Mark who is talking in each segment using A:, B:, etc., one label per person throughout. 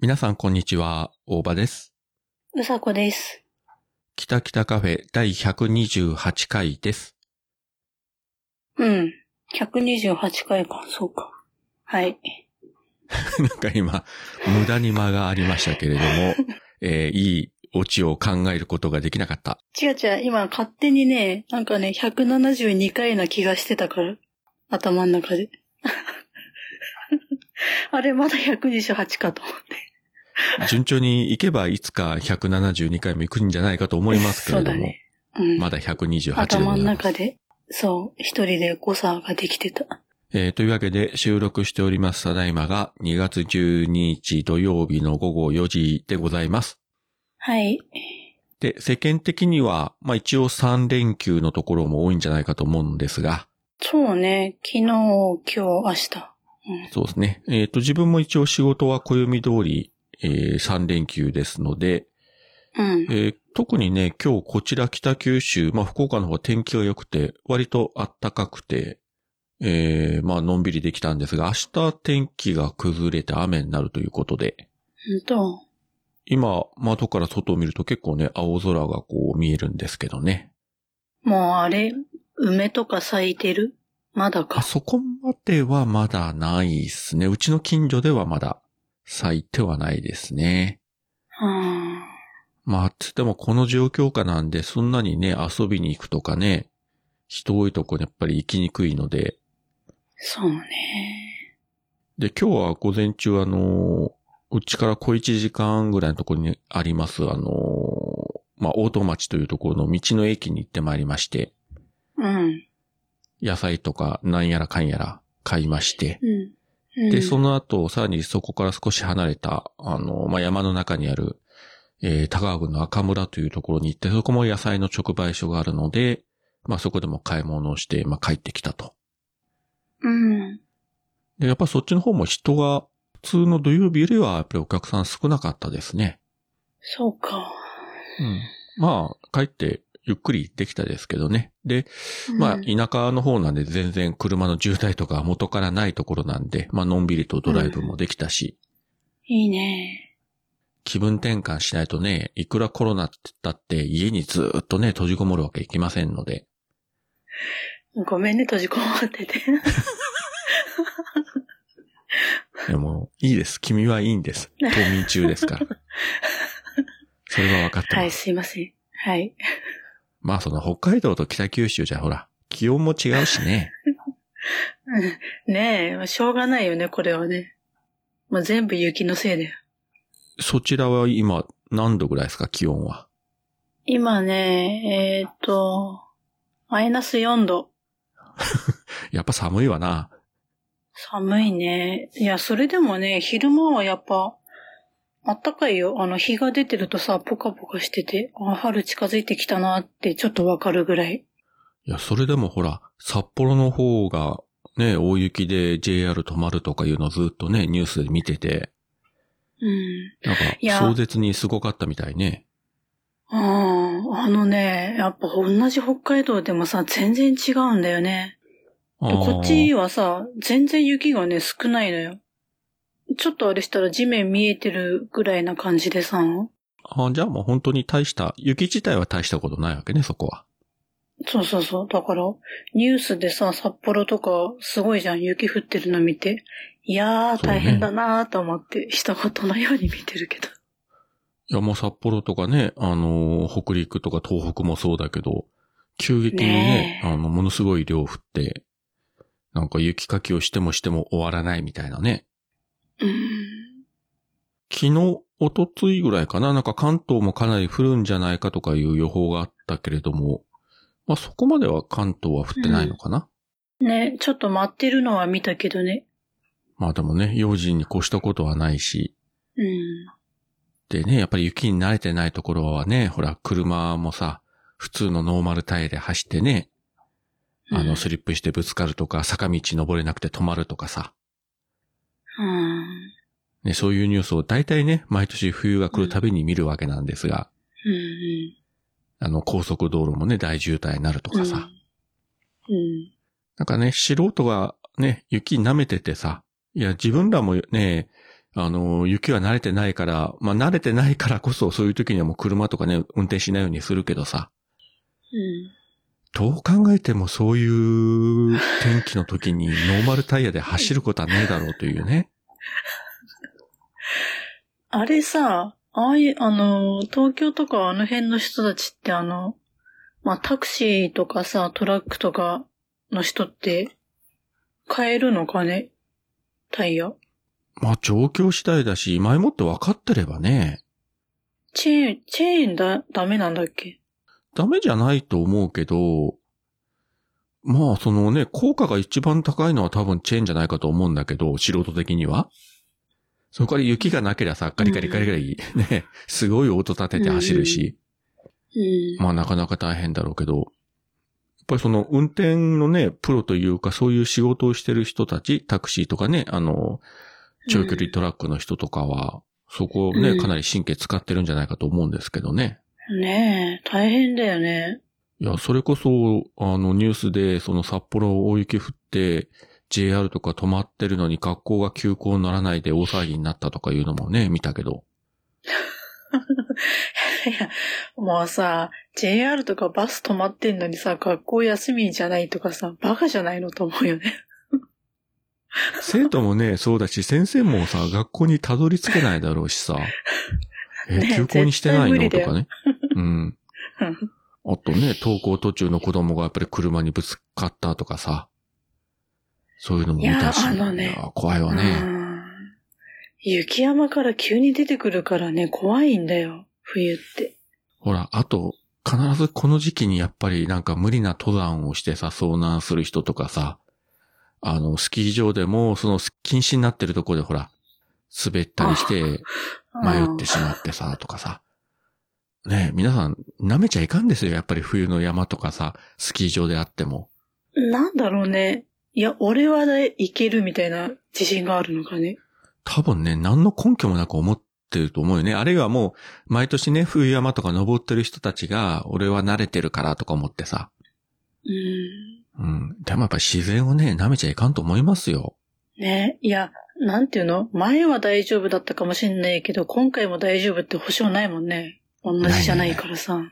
A: 皆さん、こんにちは。大場です。
B: うさこです。
A: 北北カフェ第128回です。
B: うん。128回か、そうか。はい。
A: なんか今、無駄に間がありましたけれども、 えーいいオチを考えることができなかった。
B: 違う違う、今勝手にね、なんかね、172回な気がしてたから。頭の中で。 あれ、まだ128かと思って。
A: 順調に行けば、いつか172回も行くんじゃないかと思いますけ
B: そ
A: れ
B: う
A: ど
B: だ
A: も、
B: ね。うん。
A: まだ128回でご
B: 頭
A: ざ
B: の
A: います
B: 中。で、そう、一人で誤差ができてた。
A: えーというわけで収録しておりますただいまが2月12日土曜日の午後4時でございます。
B: はい。
A: で、世間的には、まあ一応3連休のところも多いんじゃないかと思うんですが、
B: そうね、昨日、今日、明日。
A: そうですね。えっ、と、自分も一応仕事は暦通り、え3連休ですので、
B: うん
A: え。ー特にね、今日こちら北九州、まあ福岡の方は天気が良くて、割と暖かくて、えーまあのんびりできたんですが、明日天気が崩れて雨になるということで、
B: ほんと。
A: 今、窓から外を見ると結構ね、青空がこう見えるんですけどね。
B: もうあれ、梅とか咲いてるまだ
A: あ
B: か。
A: そこまではまだないっすね。うちの近所ではまだ咲いてはないですね。
B: うん。
A: まあ、つってもこの状況下なんで、そんなにね、遊びに行くとかね、人多いとこにやっぱり行きにくいので。
B: そうね。
A: で、今日は午前中あの、うちから小1時間ぐらいのところにあります、あの、まあ、大戸町というところの道の駅に行ってまいりまして。
B: うん。
A: 野菜とかなんやらかんやら買いまして、
B: うん。うん、
A: で、その後、さらにそこから少し離れた、あの、まあ、山の中にある、えー、高川郡の赤村というところに行って、そこも野菜の直売所があるので、まあ、そこでも買い物をして、まあ、帰ってきたと。
B: うん。
A: で、やっぱそっちの方も人が、普通の土曜日よりは、やっぱりお客さん少なかったですね。
B: そうか。
A: うん。まあ、帰って、ゆっくりできたですけどね。で、まあ、
B: うん
A: 田舎の方なんで全然車の渋滞とか元からないところなんで、まあ、のんびりとドライブもできたし、
B: いいね。
A: 気分転換しないとね、いくらコロナって言ったって家にずーっとね、閉じこもるわけいきませんの で、
B: ごめんね、閉じこもって て。
A: でも、いいです。君はいいんです。冬眠中です から。それは分かって
B: は
A: ま
B: い、
A: す。
B: すいません。はい。
A: まあ、その北海道と北九州じゃほら、気温も違うし ね。
B: うんねえ、まあしょうがないよね、これはね。まあ、全部雪のせいだよ。
A: そちらは今、何度ぐらいですか、気温は。
B: 今ね、えーっと、マイナス4度。
A: やっぱ寒いわな。
B: 寒いね。いや、それでもね、昼間はやっぱ、あったかいよ。あの、日が出てるとさ、ポカポカしてて、あ、春近づいてきたなって、ちょっとわかるぐらい。
A: いや、それでもほら、札幌の方が、ね、大雪で JR 止まるとかいうのずっとね、ニュースで見てて、
B: うん。
A: なんか、
B: いや
A: 壮絶にすごかったみたいね。
B: ああ、あのね、やっぱ同じ北海道でもさ、全然違うんだよね。
A: あー
B: こっちはさ、全然雪がね、少ないのよ。ちょっとあれしたら地面見えてるぐらいな感じでさ、
A: あーじゃあもう本当に大した、雪自体は大したことないわけね、そこは。
B: そうそうそう。だから、ニュースでさ、札幌とか、すごいじゃん、雪降ってるの見て。いやー、
A: そうね
B: 大変だなーと思って、一言のように見てるけど。
A: いや、もう札幌とかね、あのー北陸とか東北もそうだけど、急激にね
B: ね、え
A: あの、ものすごい量降って、なんか雪かきをしてもしても終わらないみたいなね。
B: うん。
A: 昨日、おとついぐらいかな、なんか関東もかなり降るんじゃないかとかいう予報があったけれども、まあそこまでは関東は降ってないのかな。
B: ね、ちょっと待ってるのは見たけどね。
A: まあでもね、用心に越したことはないし、
B: うん。
A: でね、やっぱり雪に慣れてないところはね、ほら、車もさ、普通のノーマルタイヤで走ってね、あ
B: う
A: の、
B: ん
A: スリップしてぶつかるとか、坂道登れなくて止まるとかさ、
B: うん。
A: ね、そういうニュースを大体ね、毎年冬が来るたびに見るわけなんですが、
B: うん。
A: あの、高速道路もね、大渋滞になるとかさ、
B: うん。うん。
A: なんかね、素人がね、雪舐めててさ、いや、自分らもね、あの、雪は慣れてないから、まあ、慣れてないからこそ、そういう時にはもう車とかね、運転しないようにするけどさ、
B: うん。
A: どう考えてもそういう天気の時にノーマルタイヤで走ることはねえだろうというね。
B: あれさ、ああいう、あの、東京とかあの辺の人たちってあの、まあ、タクシーとかさ、トラックとかの人って、買えるのかねタイヤ。
A: まあ、状況次第だし、前もって分かってればね、
B: チェーン、チェーンだ、ダメなんだっけ
A: ダメじゃないと思うけど、まあ、そのね、効果が一番高いのは多分チェーンじゃないかと思うんだけど、素人的には。そこから雪がなければさ、ガリガリガリガリ、ね、すごい音立てて走るし、
B: うん。
A: まあなかなか大変だろうけど、やっぱりその運転のね、プロというか、そういう仕事をしてる人たち、タクシーとかね、あの、長距離トラックの人とかは、そこを
B: う
A: ね、
B: ん
A: かなり神経使ってるんじゃないかと思うんですけどね。
B: ねえ、大変だよね。
A: いや、それこそ、あの、ニュースで、その札幌大雪降って、JR とか止まってるのに学校が休校にならないで大騒ぎになったとかいうのもね、見たけど。
B: いや、もうさ、JR とかバス止まってんのにさ、学校休みじゃないとかさ、バカじゃないのと思うよね。
A: 生徒もね、そうだし、先生もさ、学校にたどり着けないだろうし さ。え、
B: ね
A: 休校にしてないの
B: 絶対無理
A: と
B: だよ
A: かね。うん。
B: うん
A: あとね、登校途中の子供がやっぱり車にぶつかったとかさ。そういうのも見たし。
B: いやあのね
A: いや怖いわ
B: う
A: ね。
B: ん雪山から急に出てくるからね、怖いんだよ。冬って。
A: ほら、あと、必ずこの時期にやっぱりなんか無理な登山をしてさ、遭難する人とかさ、あの、スキー場でも、その禁止になってるとこでほら、滑ったりして迷ってしまってさ、とかさ。ねえ、皆さん、舐めちゃいかんですよ。やっぱり冬の山とかさ、スキー場であっても。
B: うんなんだろうね。いや、俺はね、いけるみたいな自信があるのかね。
A: 多分ね、何の根拠もなく思ってると思うよね。あるいはもう、毎年ね、冬山とか登ってる人たちが、俺は慣れてるからとか思ってさ、
B: うん。
A: うん。でもやっぱり自然をね、舐めちゃいかんと思いますよ。
B: ね。いや、なんていうの前は大丈夫だったかもしんないけど、今回も大丈夫って保証ないもんね。同じじゃないからさ。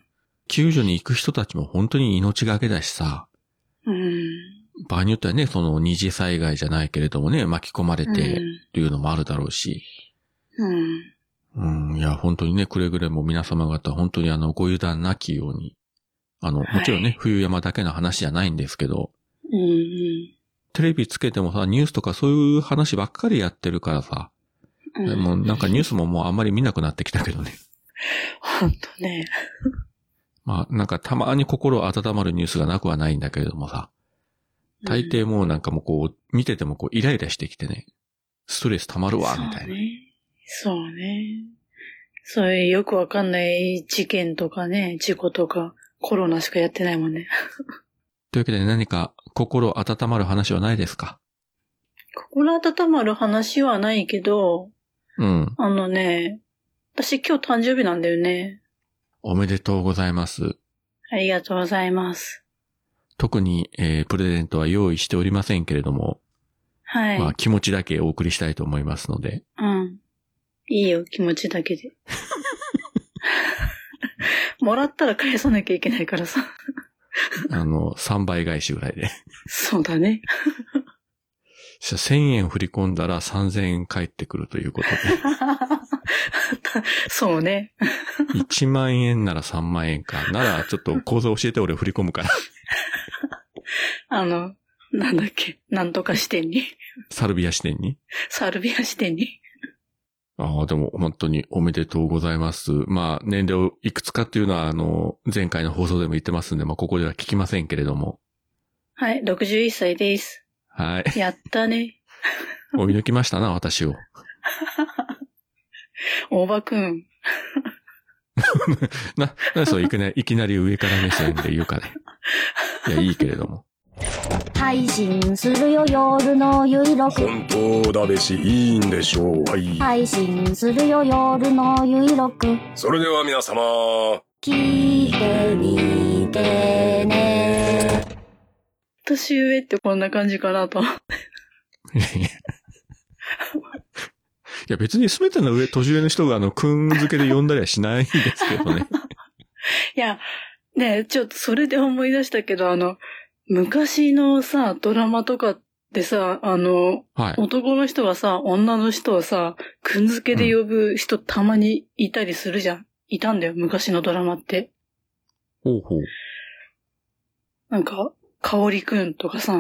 A: 救助に行く人たちも本当に命がけだしさ、
B: うん。
A: 場合によってはね、その二次災害じゃないけれどもね、巻き込まれてというのもあるだろうし、
B: うん。うん。
A: うん、いや、本当にね、くれぐれも皆様方、本当にあの、ご油断なきように、あの、も
B: はい
A: ちろんね、冬山だけの話じゃないんですけど、
B: うんうん。
A: テレビつけてもさ、ニュースとかそういう話ばっかりやってるからさ、
B: うん。
A: もうなんかニュースももうあんまり見なくなってきたけどね。
B: ほんとね。
A: まあ、なんかたまに心温まるニュースがなくはないんだけれどもさ、大抵もうなんかもうこう、見ててもこう、イライラしてきてね、ストレス溜まるわ、みたい
B: そう
A: な。
B: ね。そうね。そういうよくわかんない事件とかね、事故とか、コロナしかやってないもんね。
A: というわけで何か心温まる話はないですか
B: 心温まる話はないけど、
A: うん。
B: あのね、私今日誕生日なんだよね。
A: おめでとうございます。
B: ありがとうございます。
A: 特に、えー、プレゼントは用意しておりませんけれども、
B: はい。
A: まあ気持ちだけお送りしたいと思いますの で、
B: うん。いいよ、気持ちだけで。 もらったら返さなきゃいけないからさ。
A: あの、3倍返しぐらいで。
B: そうだね。
A: そしたら1000円振り込んだら3000円返ってくるということ
B: そうね。
A: で、1万円なら3万円か。なら、ちょっと口座教えて俺振り込む から。
B: あの、なんだっけ、なんとか視点に。
A: サルビア支店に。
B: サルビア視点に。
A: ああ、でも本当におめでとうございます。まあ、年齢をいくつかっていうのは、あの、前回の放送でも言ってますんで、まあ、ここでは聞きませんけれども。
B: はい、61歳です。
A: はい。
B: やったね。
A: 追い抜きましたな、私を。
B: 大場くん。
A: な、な、そう、いきなり、いきなり上から目線で言うかね。いや、いいけれども。
C: 配信するよ夜のゆいろく
D: 本当だべしいいんでしょうはい、
C: 配信するよ夜のゆいろく
D: それでは皆様
C: 聞いてみてね
B: 年上ってこんな感じかなと。
A: いやいやや別にすべての上、年上の人があの、くん付けで呼んだりはしないんですけどね。
B: いや、ねえちょっとそれで思い出したけど、あの、昔のさ、ドラマとかってさ、あの、
A: はい。
B: 男の人がさ、女の人をさ、くんづけで呼ぶ人たまにいたりするじゃん。いたんだよ、昔のドラマって。
A: ほうほう。
B: なんか、かおりくんとかさ、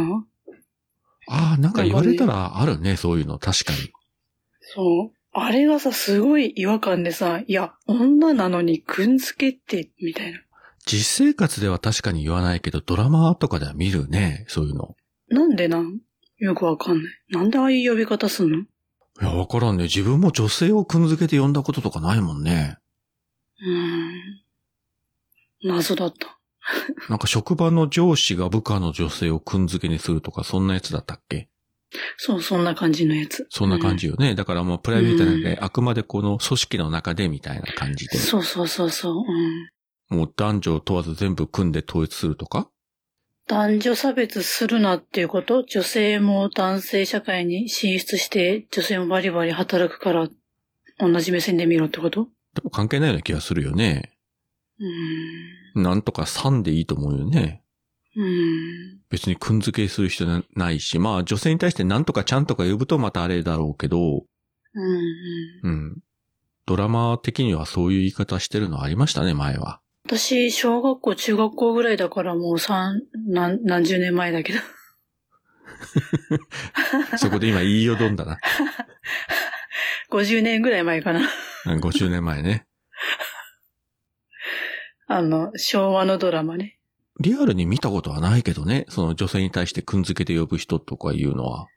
A: ああ、なんか言われたらあるね、そういうの。確かに。
B: そう。あれがさ、すごい違和感でさ、いや、女なのにくんづけって、みたいな。
A: 実生活では確かに言わないけど、ドラマとかでは見るね、そういうの。
B: なんでなんよくわかんない。なんでああいう呼び方すんの
A: いや、わからんね。自分も女性をくん付けで呼んだこととかないもんね。
B: うーん。謎だった。
A: なんか職場の上司が部下の女性をくん付けにするとか、そんなやつだったっけ
B: そう、そんな感じのやつ。
A: そんな感
B: う
A: じよね。だからもうプライベートなんで、あくまでこの組織の中でみたいな感じで
B: ん。そうそうそうそう。うん。
A: もう男女を問わず全部組んで統一するとか
B: 男女差別するなっていうこと女性も男性社会に進出して、女性もバリバリ働くから、同じ目線で見ろってこと
A: でも関係ないような気がするよね。
B: うーん。
A: なんとか3でいいと思うよね。
B: うーん。
A: 別にくん付けする人なないし、まあ女性に対してなんとかちゃんとか呼ぶとまたあれだろうけど、
B: うんうん。
A: うん。ドラマ的にはそういう言い方してるのありましたね、前は。
B: 私、小学校、中学校ぐらいだからもう三、何、何十年前だけど。
A: そこで今言いよどんだな。
B: 50年ぐらい前かな。
A: うん50年前ね。
B: あの、昭和のドラマね。
A: リアルに見たことはないけどね。その女性に対してくん付けで呼ぶ人とかいうのは。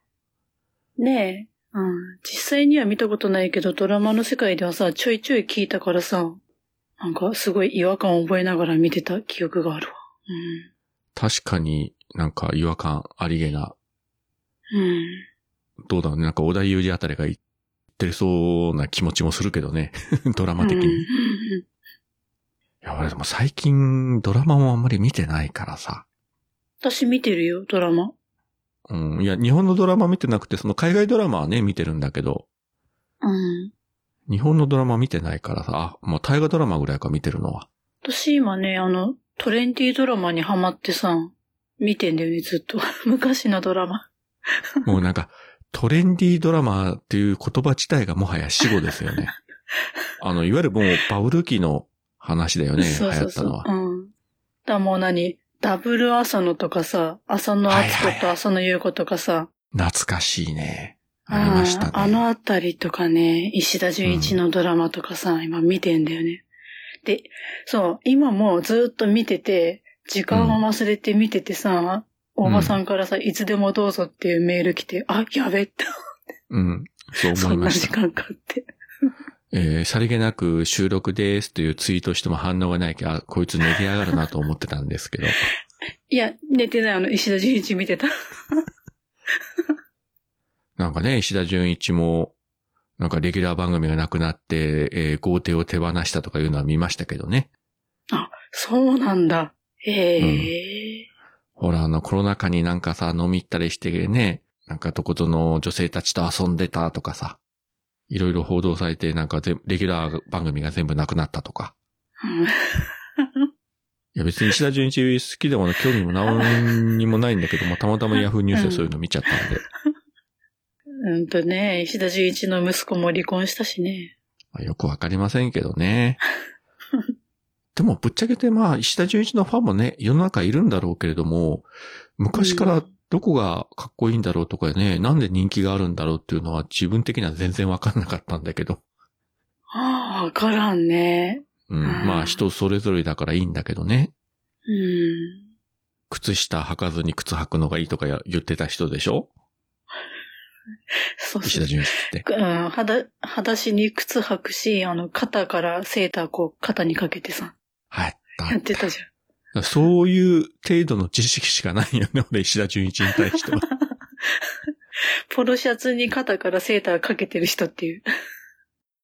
B: ねえ。うん。実際には見たことないけど、ドラマの世界ではさ、ちょいちょい聞いたからさ、なんかすごい違和感を覚えながら見てた記憶があるわ。
A: 確かになんか違和感ありげな。
B: うん。うん。
A: どうだろうね。なんか小田裕二あたりが言ってるそうな気持ちもするけどね。 ドラマ的に。
B: うん
A: いや、俺でも最近ドラマもあんまり見てないからさ。
B: 私見てるよ、ドラマ。
A: うん。いや、日本のドラマ見てなくて、その海外ドラマはね、見てるんだけど、
B: うん。
A: 日本のドラマ見てないからさ、あ、もう大河ドラマぐらいか見てるの は。
B: 私今ね、あの、トレンディードラマにハマってさ、見てんだよね、ずっと。 昔のドラマ。
A: もうなんか、トレンディードラマっていう言葉自体がもはや死語ですよね。あの、いわゆるもうバブル期の話だよね、流
B: そう
A: 行
B: そう
A: った
B: そう。
A: のは。
B: うん。だ、もう何ダブル浅野とかさ、浅野敦
A: はいはい
B: 子
A: は
B: と
A: い
B: 浅野優子とかさ、
A: 懐かしいね。ありましたね。
B: あーあのあたりとかね、石田純一のドラマとかさ、今見てんだよね。で、そう、今もうずっと見てて、時間を忘れて見ててさ、
A: ん
B: 大場さんからさ、いつでもどうぞっていうメール来て、あ、やべって、
A: うん。そう
B: そ
A: 思い
B: んな
A: まし
B: 時
A: た。
B: 間かって。
A: えーさりげなく収録ですというツイートしても反応がないから、こいつ寝てやがるなと思ってたんですけど。
B: いや、寝てない、あの、石田純一見てた。
A: なんかね、石田純一も、なんかレギュラー番組がなくなって、えー豪邸を手放したとかいうのは見ましたけどね。
B: そうなんだ。へえ、
A: ほら、あの、コロナ禍になんかさ、飲み行ったりしてね、なんかどことの女性たちと遊んでたとかさ、いろいろ報道されて、なんかぜレギュラー番組が全部なくなったとか。
B: うん
A: いや、別に石田純一好きでも興味も何にもないんだけども、たまたまヤフーニュースでそういうの見ちゃったんで。
B: うんとね、石田純一の息子も離婚したしね。
A: まあよくわかりませんけど ね。でも、ぶっちゃけて、まあ、石田純一のファンもね、世の中いるんだろうけれども、昔からどこがかっこいいんだろうとかね、なんで人気があるんだろうっていうのは自分的には全然わかんなかったんだけど。
B: ああ、わからんね。
A: うん。
B: うん
A: まあ、人それぞれだからいいんだけどね。
B: うん。
A: 靴下履かずに靴履くのがいいとかや言ってた人でし ょ
B: そう
A: 石
B: そう
A: 田。純一って。
B: うん、裸、裸足に靴履くし、あの、肩からセーターこう、肩にかけてさ、
A: はい。
B: やってたじ
A: そういう程度の知識しかないよね、 俺、石田純一に対しては。
B: ゃん。ポロシャツに肩からセーターかけてる人っていう。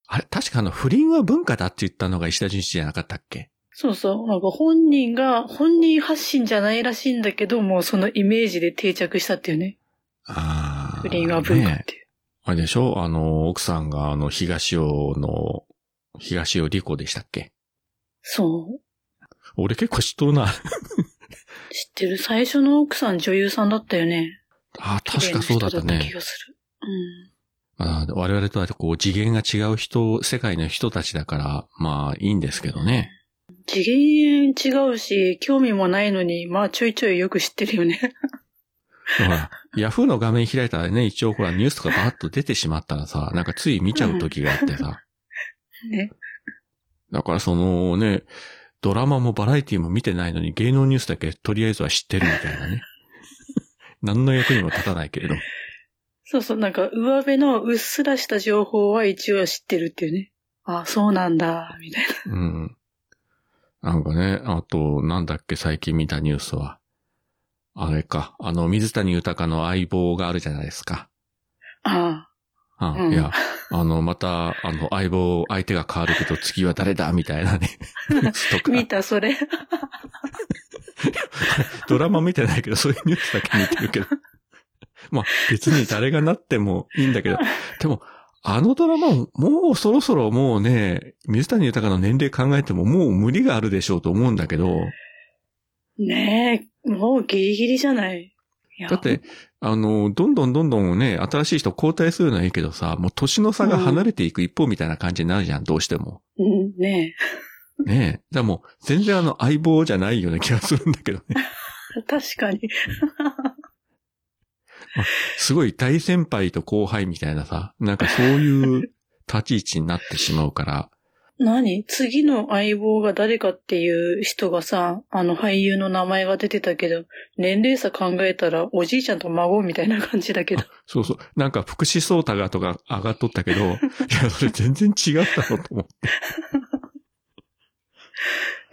A: あれ、確かあの、不倫は文化だって言ったのが石田純一じゃなかったっけ
B: そうそう。なんか本人が、本人発信じゃないらしいんだけど、もうそのイメージで定着したっていうね。
A: ああ。
B: 不倫は文化っ
A: ね
B: ていう。
A: あれでしょあの、奥さんがあの、東尾の、東尾理子でしたっけ
B: そう。
A: 俺結構知っとるな。
B: 知ってる最初の奥さん女優さんだったよね。
A: あ、確かそうだった
B: 綺麗な人だった気
A: ね。
B: がする。うん。
A: まあ、我々とはこう、次元が違う人、世界の人たちだから、まあ、いいんですけどね。
B: 次元違うし、興味もないのに、まあちょいちょいよく知ってるよね。
A: ほら、ヤフーの画面開いたらね、一応ほら、ニュースとかバーッと出てしまったらさ、なんかつい見ちゃう時があってさ。
B: ね。
A: だからそのね、ドラマもバラエティも見てないのに芸能ニュースだけとりあえずは知ってるみたいな ね。何の役にも立たないけれど。
B: そうそう、なんか上辺のうっすらした情報は一応知ってるっていうね。あ、そうなんだ、みたいな。
A: うん。なんかね、あと、なんだっけ、最近見たニュースは。あれか、あの、水谷豊の相棒があるじゃないですか。
B: あ
A: あ
B: うん
A: いや、あの、また、あの、相棒、相手が変わるけど、次は誰だみたいな ね。ニュース
B: あ、
A: とか
B: 見た、それ。
A: ドラマ見てないけど、そういうニュースだけ見てるけど。まあ、別に誰がなってもいいんだけど、でも、あのドラマ、もうそろそろもうね、水谷豊の年齢考えてももう無理があるでしょうと思うんだけど、
B: ねえ、もうギリギリじゃない。いや
A: だって、あの、どんどんどんどんね、新しい人交代するのはいいけどさ、もう年の差が離れていく一方みたいな感じになるじゃん、どうしても。
B: うん、ね
A: ねえ。だからもう、全然あの、相棒じゃないような気がするんだけどね。
B: え、確かに。
A: すごい大先輩と後輩みたいなさ、なんかそういう立ち位置になってしまうから、
B: 何次の相棒が誰かっていう人がさ、あの俳優の名前が出てたけど、年齢差考えたらおじいちゃんと孫みたいな感じだけど。
A: そうそう、なんか福士蒼太がとか上がっとったけど、い や、それ全然違ったのと思って。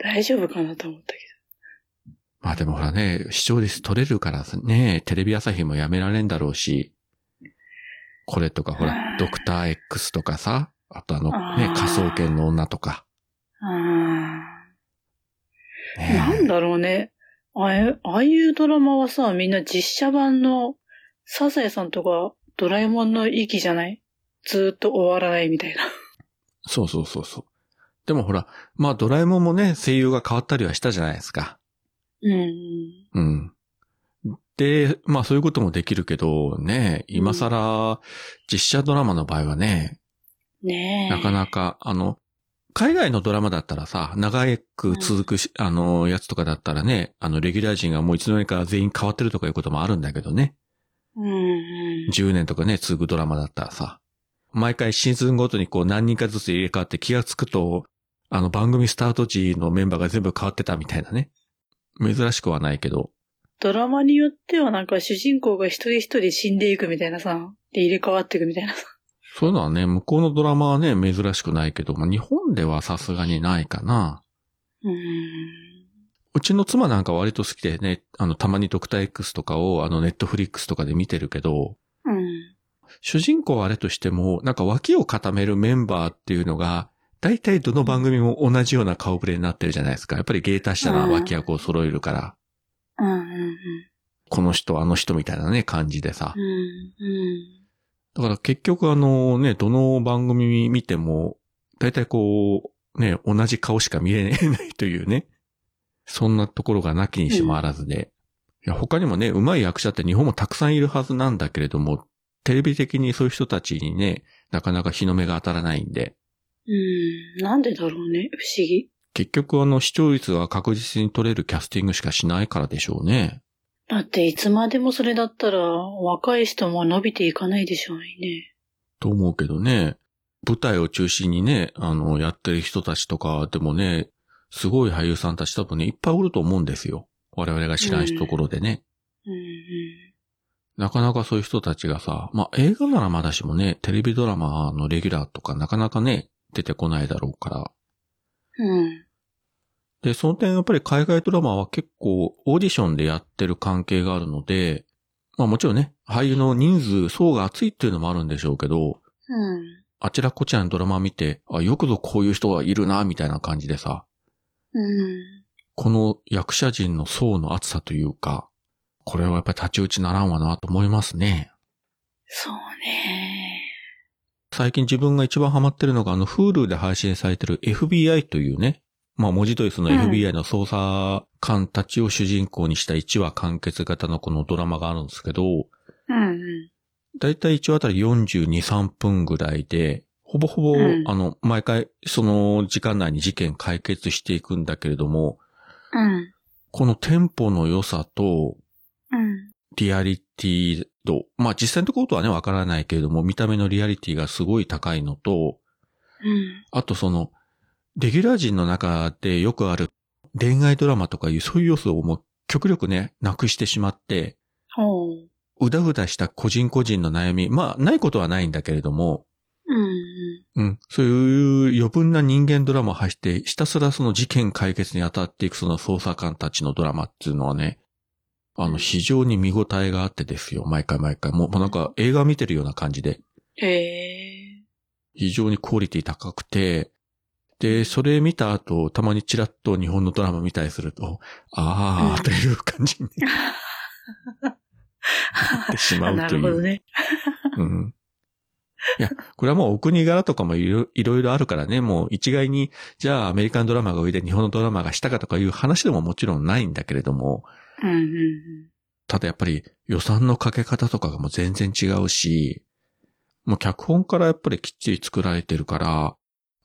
B: 大丈夫かなと思ったけ
A: まあでもほらね、視聴率取れるからね、テレビ朝日もやめられんだろうし、これとかほら、ドクター X とかさ、あとあのね
B: あー、
A: 科捜研の女とか。
B: ど。ああ。
A: ね
B: なんだろうね。あえああいうドラマはさ、みんな実写版のサザエさんとかドラえもんの息じゃないずーっと終わらないみたいな。
A: そうそうそうそう。でもほら、まあドラえもんもね、声優が変わったりはしたじゃないですか。
B: うん。
A: うん。で、まあそういうこともできるけど、ね、今更、実写ドラマの場合はね、
B: ねえ。
A: なかなか、あの、海外のドラマだったらさ、長く続くし、あの、やつとかだったらね、あの、レギュラー陣がもういつの間にか全員変わってるとかいうこともあるんだけどね。
B: うんうん。
A: 10年とかね、続くドラマだったらさ、毎回シーズンごとにこう何人かずつ入れ替わって気がつくと、あの番組スタート時のメンバーが全部変わってたみたいなね。珍しくはないけど、
B: ドラマによってはなんか主人公が一人一人死んでいくみたいなさ、で入れ替わっていくみたいなさ。
A: そういうのはね、向こうのドラマはね、珍しくないけど、まあ、日本ではさすがにないかな。
B: うん。
A: うちの妻なんか割と好きでね、あの、たまにドクター X とかを、あの、ネットフリックスとかで見てるけど、
B: うん。
A: 主人公はあれとしても、なんか脇を固めるメンバーっていうのが、大体どの番組も同じような顔ぶれになってるじゃないですか。やっぱり芸達者な脇役を揃えるから、
B: うん。うん。
A: この人、あの人みたいなね、感じでさ。
B: うん。うん。
A: だから結局あのね、どの番組見ても、大体こう、ね、同じ顔しか見れないというね。そんなところがなきにしもあらずで。いや、他にもね、上手い役者って日本もたくさんいるはずなんだけれども、テレビ的にそういう人たちにね、なかなか日の目が当たらないんで、
B: うん。なんでだろうね。不思議。
A: 結局あの視聴率が確実に取れるキャスティングしかしないからでしょうね。
B: だっていつまでもそれだったら若い人も伸びていかないでしょうね。
A: と思うけどね、舞台を中心にね、あの、やってる人たちとかでもね、すごい俳優さんたち多分ね、いっぱいおると思うんですよ。我々が知らんところでね。
B: うん
A: なかなかそういう人たちがさ、まあ、映画ならまだしもね、テレビドラマのレギュラーとかなかなかね、出てこないだろうから。
B: うん。うん。
A: で、その点やっぱり海外ドラマは結構オーディションでやってる関係があるので、まあもちろんね、俳優の人数、層が厚いっていうのもあるんでしょうけど、
B: うん。
A: あちらこちらのドラマ見て、あ、よくぞこういう人がいるな、みたいな感じでさ、
B: うん。
A: この役者陣の層の厚さというか、これはやっぱり立ち打ちならんわなと思いますね。
B: そうね。
A: 最近自分が一番ハマってるのが、あの、Hulu で配信されてる FBI というね、まあ文字通りその
B: うん
A: FBI の捜査官たちを主人公にした1話完結型のこのドラマがあるんですけど、
B: うんうん。
A: だいたい1話あたり42、3分ぐらいで、ほぼほぼ、
B: うん
A: あの、毎回その時間内に事件解決していくんだけれども、
B: うん。
A: このテンポの良さと、
B: うん。
A: リアリティ度、まあ実際のところとはね、わからないけれども、見た目のリアリティがすごい高いのと、
B: うん。
A: あとその、レギュラー陣の中でよくある恋愛ドラマとかいうそういう要素をもう極力ね、なくしてしまって、
B: ほう。
A: うだうだした個人個人の悩み、まあないことはないんだけれども、
B: うんうん。
A: うん、そういう余分な人間ドラマを発して、ひたすらその事件解決に当たっていくその捜査官たちのドラマっていうのはね、あの、非常に見応えがあってですよ、毎回毎回。もうもうなんか映画見てるような感じで。
B: ええ
A: 非常にクオリティ高くて、で、それ見た後、たまにチラッと日本のドラマ見たりすると、あ
B: う
A: ー
B: ん
A: という感じになってしま
B: あ
A: う
B: な
A: と
B: る
A: い
B: ほど
A: う。
B: ね。
A: うんいや、これはもうお国柄とかもいろいろいろあるからね、もう一概に、じゃあアメリカンドラマが上で日本のドラマが下かとかいう話でももちろんないんだけれども、
B: うんうん
A: ただやっぱり予算のかけ方とかがもう全然違うし、もう脚本からやっぱりきっちり作られてるから、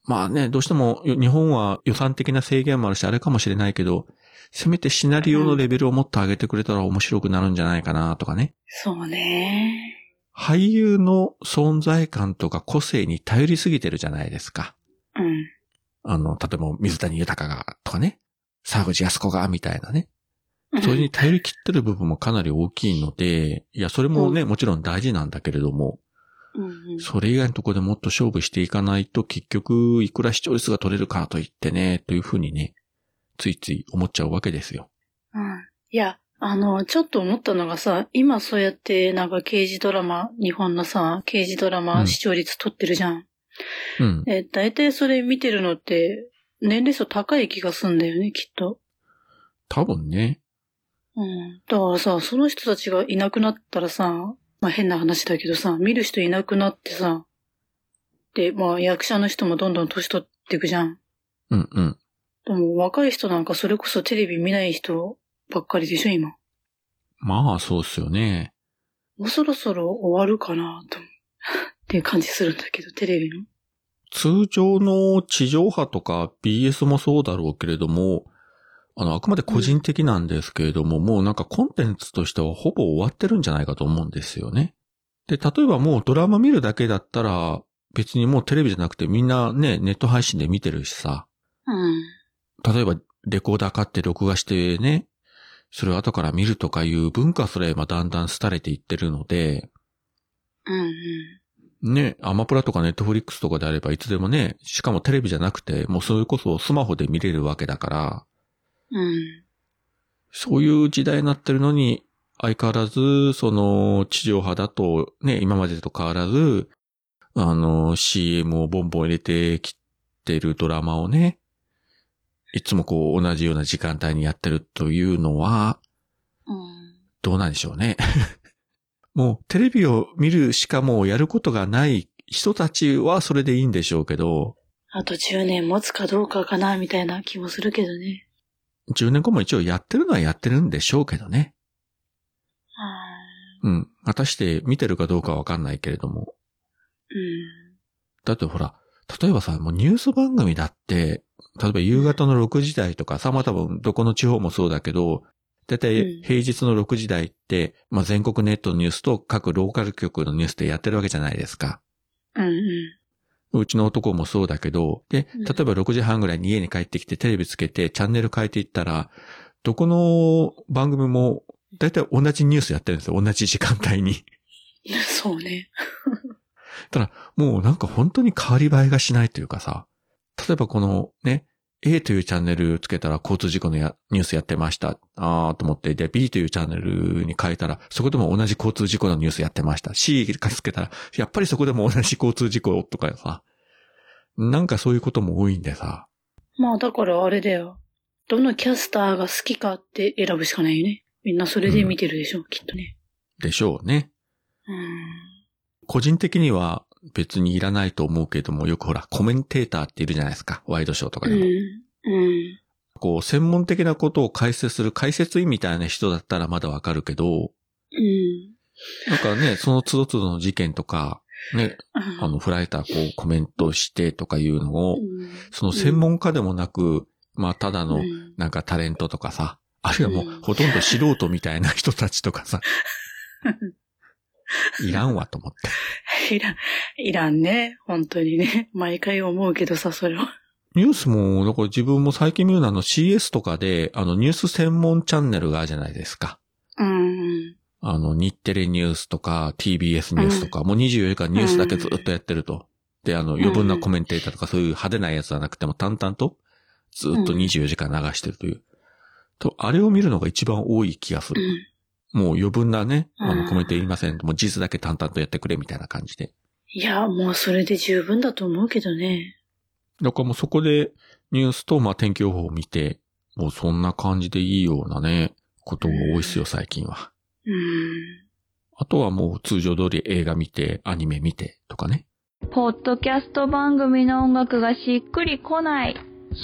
A: まあね、どうしてもよ日本は予算的な制限もあるし、あれかもしれないけど、せめてシナリオのレベルをもっと上げてくれたら面白くなるんじゃないかなとかね。
B: そうね。
A: 俳優の存在感とか個性に頼りすぎてるじゃないですか。
B: うん。
A: あの、例えば水谷豊がとかね、沢口康子がみたいなね。それに頼り切ってる部分もかなり大きいので、いや、それもね、もちろん大事なんだけれども、
B: うんうん。
A: それ以外のところでもっと勝負していかないと、結局、いくら視聴率が取れるからといってね、というふうにね、ついつい思っちゃうわけですよ。
B: うんいや、あの、ちょっと思ったのがさ、今そうやってなんか刑事ドラマ、日本のさ、刑事ドラ
A: う
B: マ
A: ん
B: 視聴率取ってるじゃん。
A: うん。
B: え、大体それ見てるのって、年齢層高い気がすんだよね、きっと。
A: 多分ね。
B: うん。だからさ、その人たちがいなくなったらさ、まあ変な話だけどさ、見る人いなくなってさ、で、まあ役者の人もどんどん年取っていくじゃん。
A: うんうん。
B: でも若い人なんかそれこそテレビ見ない人ばっかりでしょ、今。
A: まあ、そうっすよね。
B: もうそろそろ終わるかなと思うっていう感じするんだけど、テレビの。
A: 通常の地上波とか BS もそうだろうけれども、あの、あくまで個人的なんですけれども、もうなんかコンテンツとしてはほぼ終わってるんじゃないかと思うんですよね。で、例えばもうドラマ見るだけだったら、別にもうテレビじゃなくてみんなね、ネット配信で見てるしさ、
B: うん。
A: 例えばレコーダー買って録画してね、それを後から見るとかいう文化すら今だんだん廃れていってるので、
B: うんうん。
A: ね、アマプラとかネットフリックスとかであればいつでもね、しかもテレビじゃなくて、もうそれこそスマホで見れるわけだから、
B: うん。
A: そういう時代になってるのに、相変わらず、その、地上波だと、ね、今までと変わらず、あの、CM をボンボン入れてきてるドラマをね、いつもこう、同じような時間帯にやってるというのは、
B: うん。
A: どうなんでしょうね。 もうテレビを見るしかもうやることがない人たちはそれでいいんでしょうけど、
B: あと10年持つかどうかかな、みたいな気もするけどね。
A: 10年後も一応やってるのはやってるんでしょうけどね。
B: あ
A: うん。果たして見てるかどうかはわかんないけれども。
B: ーうん。
A: だってほら、例えばさ、もうニュース番組だって、例えば夕方の6時台とかさ、まあ多分どこの地方もそうだけど、だいた
B: う
A: い
B: ん
A: 平日の6時台って、まあ全国ネットのニュースと各ローカル局のニュースでやってるわけじゃないですか。
B: うんうん。
A: うちの男もそうだけど、で、
B: うん
A: 例えば6時半ぐらいに家に帰ってきてテレビつけてチャンネル変えていったら、どこの番組もだいたい同じニュースやってるんですよ。同じ時間帯に。
B: いやそうね。
A: もうなんか本当に変わり映えがしないというかさ、例えばこのね、A というチャンネルつけたら交通事故のやニュースやってました。あーと思って、で、B というチャンネルに変えたら、そこでも同じ交通事故のニュースやってました。C がつけたら、やっぱりそこでも同じ交通事故とかさ、なんかそういうことも多いんでさ、
B: まあだからあれだよ。どのキャスターが好きかって選ぶしかないよね。みんなそれで見てるでしょ、きっとね。
A: でしょうね。
B: うん。
A: 個人的には、別にいらないと思うけども、よくほら、コメンテーターっているじゃないですか。ワイドショーとか
B: う
A: でも。
B: ん。うん。
A: こう、専門的なことを解説する解説員みたいな人だったらまだわかるけど、
B: うん。
A: なんかね、その都度都度の事件とか、ね、あの、フライターこうコメントしてとかいうのを、その専門家でもなく、まあ、ただ
B: の
A: の、なんかタレントとかさ、あるいはも
B: う
A: うんほとんど素人みたいな人たちとかさ、いらんわと思って。
B: いらん、いらんね。本当にね。 毎回思うけどさ、それは。
A: ニュースも、だから自分も最近見るのはあの CS とかで、あのニュース専門チャンネルがあるじゃないですか。
B: うん。
A: あの日テレニュースとか TBS ニュースとか、もう24時間ニュースだけずっとやってると。で、あの余分なコメンテーターとかそういう派手なやつはなくても淡々とずっと24時間流してるという。と、あれを見るのが一番多い気がす
B: う
A: る。
B: ん。
A: もう余分なね、あ
B: う
A: の
B: ん
A: コメントいりません。もう事実だけ淡々とやってくれみたいな感じで。
B: いや、もうそれで十分だと思うけどね。
A: だからもうそこでニュースとまあ天気予報を見て、もうそんな感じでいいようなね、ことが多いっすよ、最近は。
B: うん。
A: あとはもう通常通り映画見て、アニメ見てとかね。
E: ポッドキャスト番組の音楽がしっくりこない。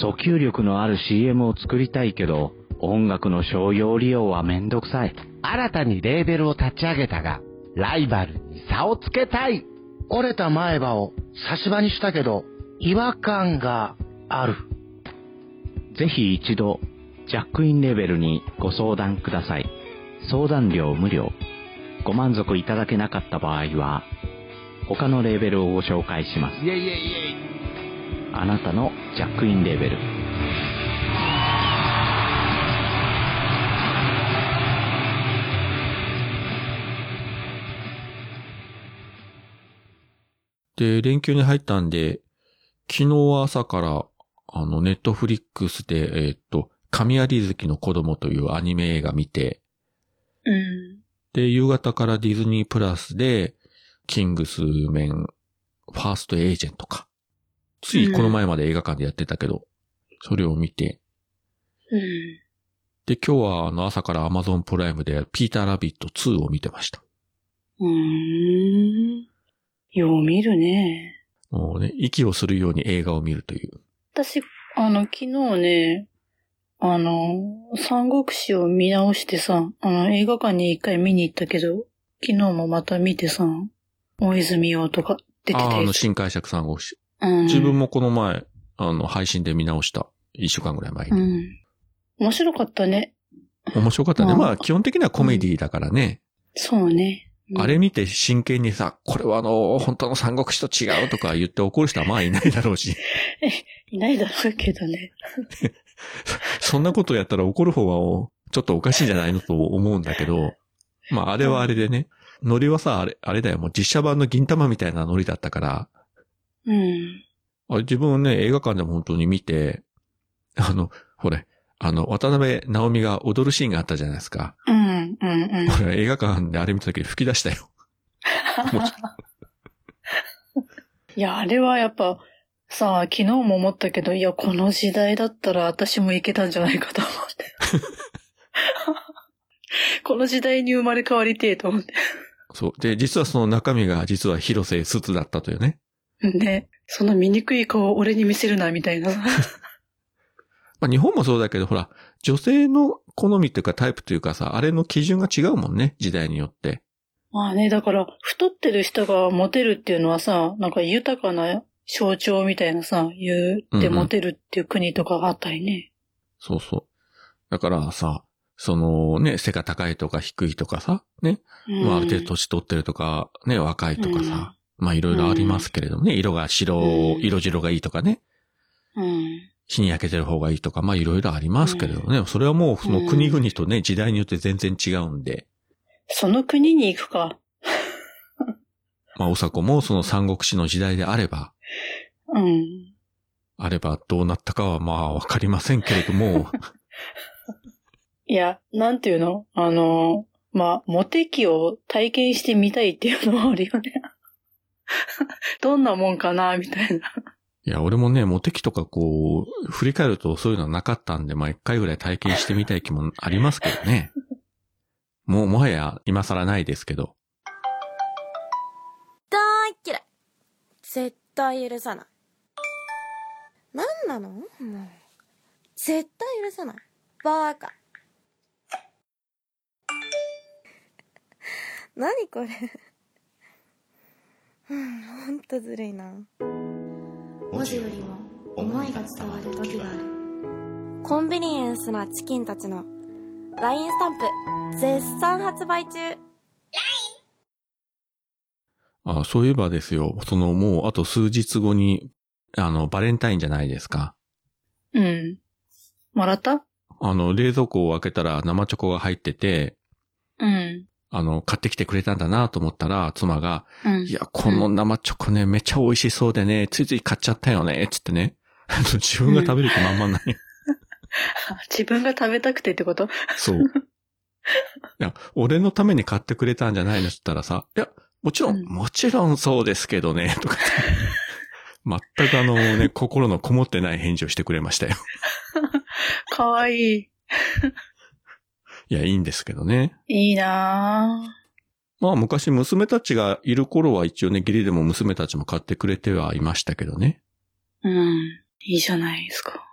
F: 訴求力のある CM を作りたいけど、音楽の商用利用はめんどくさい。
G: 新たにレーベルを立ち上げたが、ライバルに差をつけたい。折れた前歯を差し歯にしたけど、違和感がある。
F: ぜひ一度、ジャックインレベルにご相談ください。相談料無料。ご満足いただけなかった場合は、他のレーベルをご紹介します。
G: イェイイェイイェイ。
F: あなたのジャックインレベル。
A: で、連休に入ったんで、昨日は朝から、あの、ネットフリックスで、えーっと、神有月の子供というアニメ映画見て、
B: うん。
A: で、夕方からディズニープラスで、キングスメン、ファーストエージェントか。ついこの前まで映画館でやってたけど、それを見て。
B: うん。
A: で、今日はあの朝から Amazon プライムでピーターラビット2を見てました。
B: うーん。よう見るね。
A: もうね、息をするように映画を見るという。
B: 私、あの、昨日ね、あの、三国志を見直してさ、あの、映画館に一回見に行ったけど、昨日もまた見てさ、大泉洋とか出て
A: あ
B: た
A: ーあ
B: や
A: の、
B: つ。
A: 新解釈さんをし、
B: うん、
A: 自分もこの前、あの、配信で見直した。一週間ぐらい前
B: う
A: に。
B: ん。面白かったね。
A: 面白かったね。
B: うん
A: まあ、基本的にはコメディだからね。
B: そうね。うん
A: あれ見て真剣にさ、これはあの、本当の三国志と違うとか言って怒る人はまあいないだろうし、
B: いないだろうけどね。
A: そんなことやったら怒る方はちょっとおかしいんじゃないのと思うんだけど、まああれはあれでね、ノリはさ、あれ、あれだよ、もう実写版の銀玉みたいなノリだったから、
B: うん。
A: あれ自分はね、映画館でも本当に見て、 あの、ほれ、あの、渡辺直美が踊るシーンがあったじゃないですか。
B: うん、うん、うん。
A: 俺映画館であれ見た時に吹き出したよ。もう
B: いや、あれはやっぱ、さあ、昨日も思ったけど、いや、この時代だったら私もいけたんじゃないかと思 って。この時代に生まれ変わりてえと思って。
A: そう。で、実はその中身が実は広瀬すずだったというね。
B: ね、その醜い顔を俺に見せるな、みた いな。
A: まあ、日本もそうだけど、ほら、女性の好みというかタイプというかさ、あれの基準が違うもんね、時代によって。
B: まあね、だから、太ってる人がモテるっていうのはさ、なんか豊かな象徴みたいなさ、言うってモテるっていう国とかがあったりね。
A: そうそう。だからさ、そのね、背が高いとか低いとかさ、ね、まあある程度年取ってるとか、ね、若いとかさ、まあいろいろありますけれどもね、色が白、
B: うん
A: 色白がいいとかね、
B: うん。うん。
A: 日に焼けてる方がいいとか、まあいろいろありますけれどもね、それはもうその国々とね、時代によって全然違うんで、
B: その国に行くか。
A: まあおさこもその三国志の時代であれば、
B: うん。
A: あればどうなったかはまあわかりませんけれども、
B: いや、なんていうのあの、まあ、モテ期を体験してみたいっていうのはあるよね。 どんなもんかな、みたいな。
A: いや、俺もね、モテ期とかこう、振り返るとそういうのはなかったんで、まあ一回ぐらい体験してみたい気もありますけどね。 もう、もはや今更ないですけど。
H: 大っ嫌い絶対許さない。なんなのもう。絶対許さない。バーカ。 何これ。うん、ほんとずるいな。
I: 文字よりも思いが伝わる時がある
H: コンビニエンスなチキンたちの LINE スタンプ絶賛発売中
A: あそういえばですよ、そのもうあと数日後に、あの、バレンタインじゃないですか。
B: うん。もらった
A: あの、冷蔵庫を開けたら生チョコが入ってて、
B: うん。
A: あの、買ってきてくれたんだなと思ったら、妻が、
B: うん
A: い。や、この生チョコね、めっちゃ美味しそうでね、ついつい買っちゃったよね、つってね。 あの自分が食べる気満々ない。
B: 自分が食べたくてってこと
A: そう。いや、俺のために買ってくれたんじゃないのって言ったらさ、いや、もちろん、
B: うん
A: もちろんそうですけどね、とかって。全くあのね、心のこもってない返事をしてくれましたよ。
B: かわい
A: いや、いいんですけどね。
B: い。いいな
A: まあ昔娘たちがいる頃は一応ね、義理でも娘たちも買ってくれてはいましたけどね。
B: ぁ。うん。いいじゃないですか。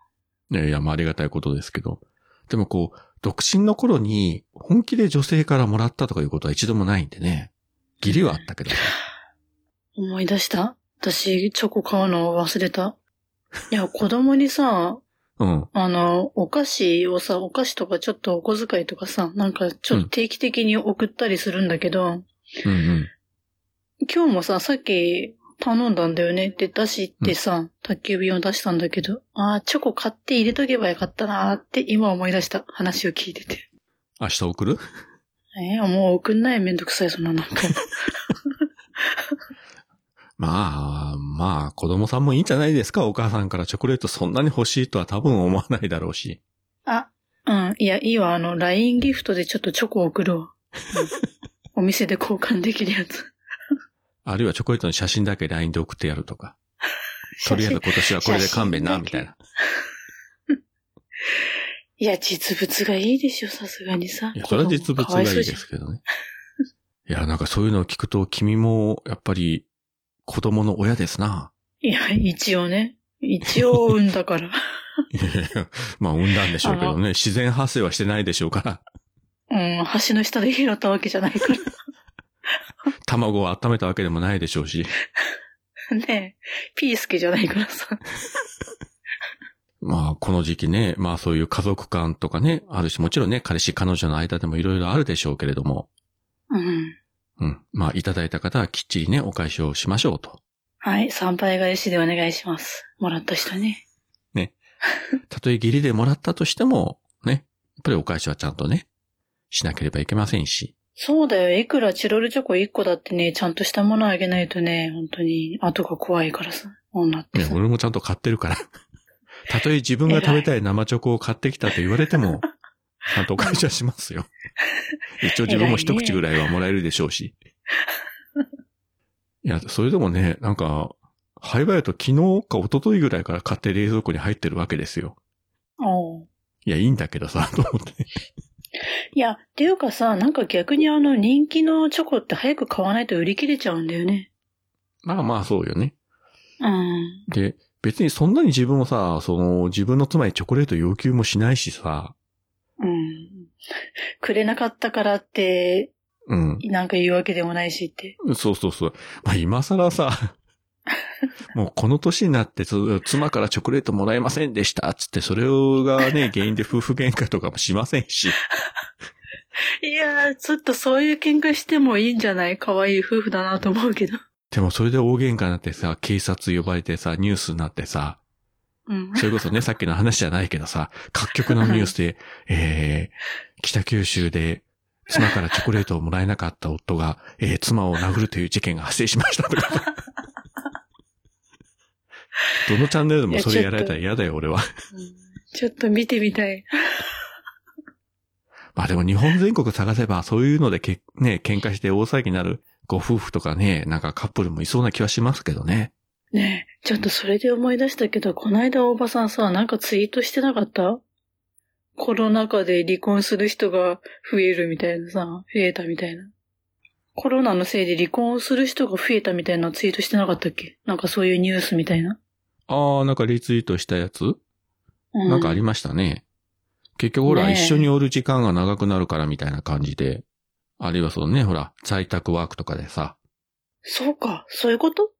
A: ねいや、まあありがたいことですけど。でもこう、独身の頃に本気で女性からもらったとかいうことは一度もないんでね。義理はあったけどね。
B: 思い出した私、チョコ買うのを忘れた。いや、子供にさ、
A: うん。
B: あの、お菓子をさ、お菓子とかちょっとお小遣いとかさ、なんかちょっと定期的に送ったりするんだけど、
A: うんうん。
B: 今日もさ、さっき頼んだんだよねって出しってさ、宅急便を出したんだけど、ああ、チョコ買って入れとけばよかったなーって今思い出した話を聞いてて。
A: 明日送る
B: えー、もう送んないめんどくさい、そん ななんか。
A: まあ、まあ、子供さんもいいんじゃないですかお母さんからチョコレートそんなに欲しいとは多分思わないだろうし。
B: あ、うん、いや、いいわ、あの、LINE ギフトでちょっとチョコ送るわ。うんお店で交換できるやつ。
A: あるいはチョコレートの写真だけ LINE で送ってやると か。とりあえず今年はこれで勘弁な、
B: 写真
A: みたいな。
B: いや、実物がいいでしょ、さすがにさ。
A: いや、それは実物
B: 子供か
A: が
B: わ
A: いい
B: そ
A: で
B: うじゃん
A: すけどね。いや、なんかそういうのを聞くと、君も、やっぱり、子供の親です な。
B: いや、一応ね。一応産んだ から。
A: いやいやまあ、産んだんでしょうけどね。自然発生はしてないでしょうから。
B: うん、橋の下で拾ったわけじゃないから。
A: 卵を温めたわけでもないでしょうし。
B: ねえ、ピースケじゃないからさ。
A: まあ、この時期ね、まあそういう家族間とかね、あるし、もちろんね、彼氏彼女の間でもいろいろあるでしょうけれども、
B: うん。
A: うん。まあ、いただいた方はきっちりね、お返しをしましょうと。
B: はい、参拝返しでお願いします。もらった人ね。
A: たとえ義理でもらったとしても、ね、やっぱりお返しはちゃんとね、しなければいけませんし。
B: そうだよ、いくらチロルチョコ1個だってね、ちゃんとしたものあげないとね、本当に後が怖いからさ、女って
A: ね、
B: さ。
A: 俺もちゃんと買ってるから。 たとえ自分が食べたい生チョコを買ってきたと言われても、ちゃんとお返しはしますよ。一応自分も一口ぐらいはもらえるでしょうし。いや、それでもね、なんか、早々と昨日か一昨日ぐらいから買って冷蔵庫に入ってるわけですよ。
B: おう
A: いや、いいんだけどさ、 と思って。
B: いや、っていうかさ、なんか逆にあの人気のチョコって早く買わないと売り切れちゃうんだよね。
A: まあまあ、そうよね。
B: うん。
A: で、別にそんなに自分をさ、その、自分の妻にチョコレート要求もしないしさ、
B: うん。くれなかったからって、
A: うん。
B: なんか言うわけでもないしって。
A: そうそうそう。まあ、今更さ、もうこの年になって、つ妻からチョコレートもらえませんでした、つって、それがね、原因で夫婦喧嘩とかもしませんし、
B: いやー、ちょっとそういう喧嘩してもいいんじゃない可愛い夫婦だなと思うけど。
A: でもそれで大喧嘩になってさ、警察呼ばれてさ、ニュースになってさ、
B: うん。
A: それこそね、さっきの話じゃないけどさ、各局のニュースで、えー、北九州で、妻からチョコレートをもらえなかった夫が、えー、妻を殴るという事件が発生しましたとか。どのチャンネルでもそれやられたら嫌だよ、俺は。
B: ちょっと見てみたい。
A: まあでも日本全国探せばそういうのでけ、ね、喧嘩して大騒ぎになるご夫婦とかね、なんかカップルもいそうな気はしますけどね。
B: ねえ、ちょっとそれで思い出したけど、こないだおばさんさ、なんかツイートしてなかったコロナ禍で離婚する人が増えるみたいなさ、増えたみたいな。コロナのせいで離婚をする人が増えたみたいなツイートしてなかったっけなんかそういうニュースみたいな。
A: ああ、なんかリツイートしたやつ、
B: う
A: なんかありましたね。結局ほら、
B: ねえ
A: 一緒におる時間が長くなるからみたいな感じで、あるいはそのね、ほら、在宅ワークとかでさ、
B: そうか、そういうこと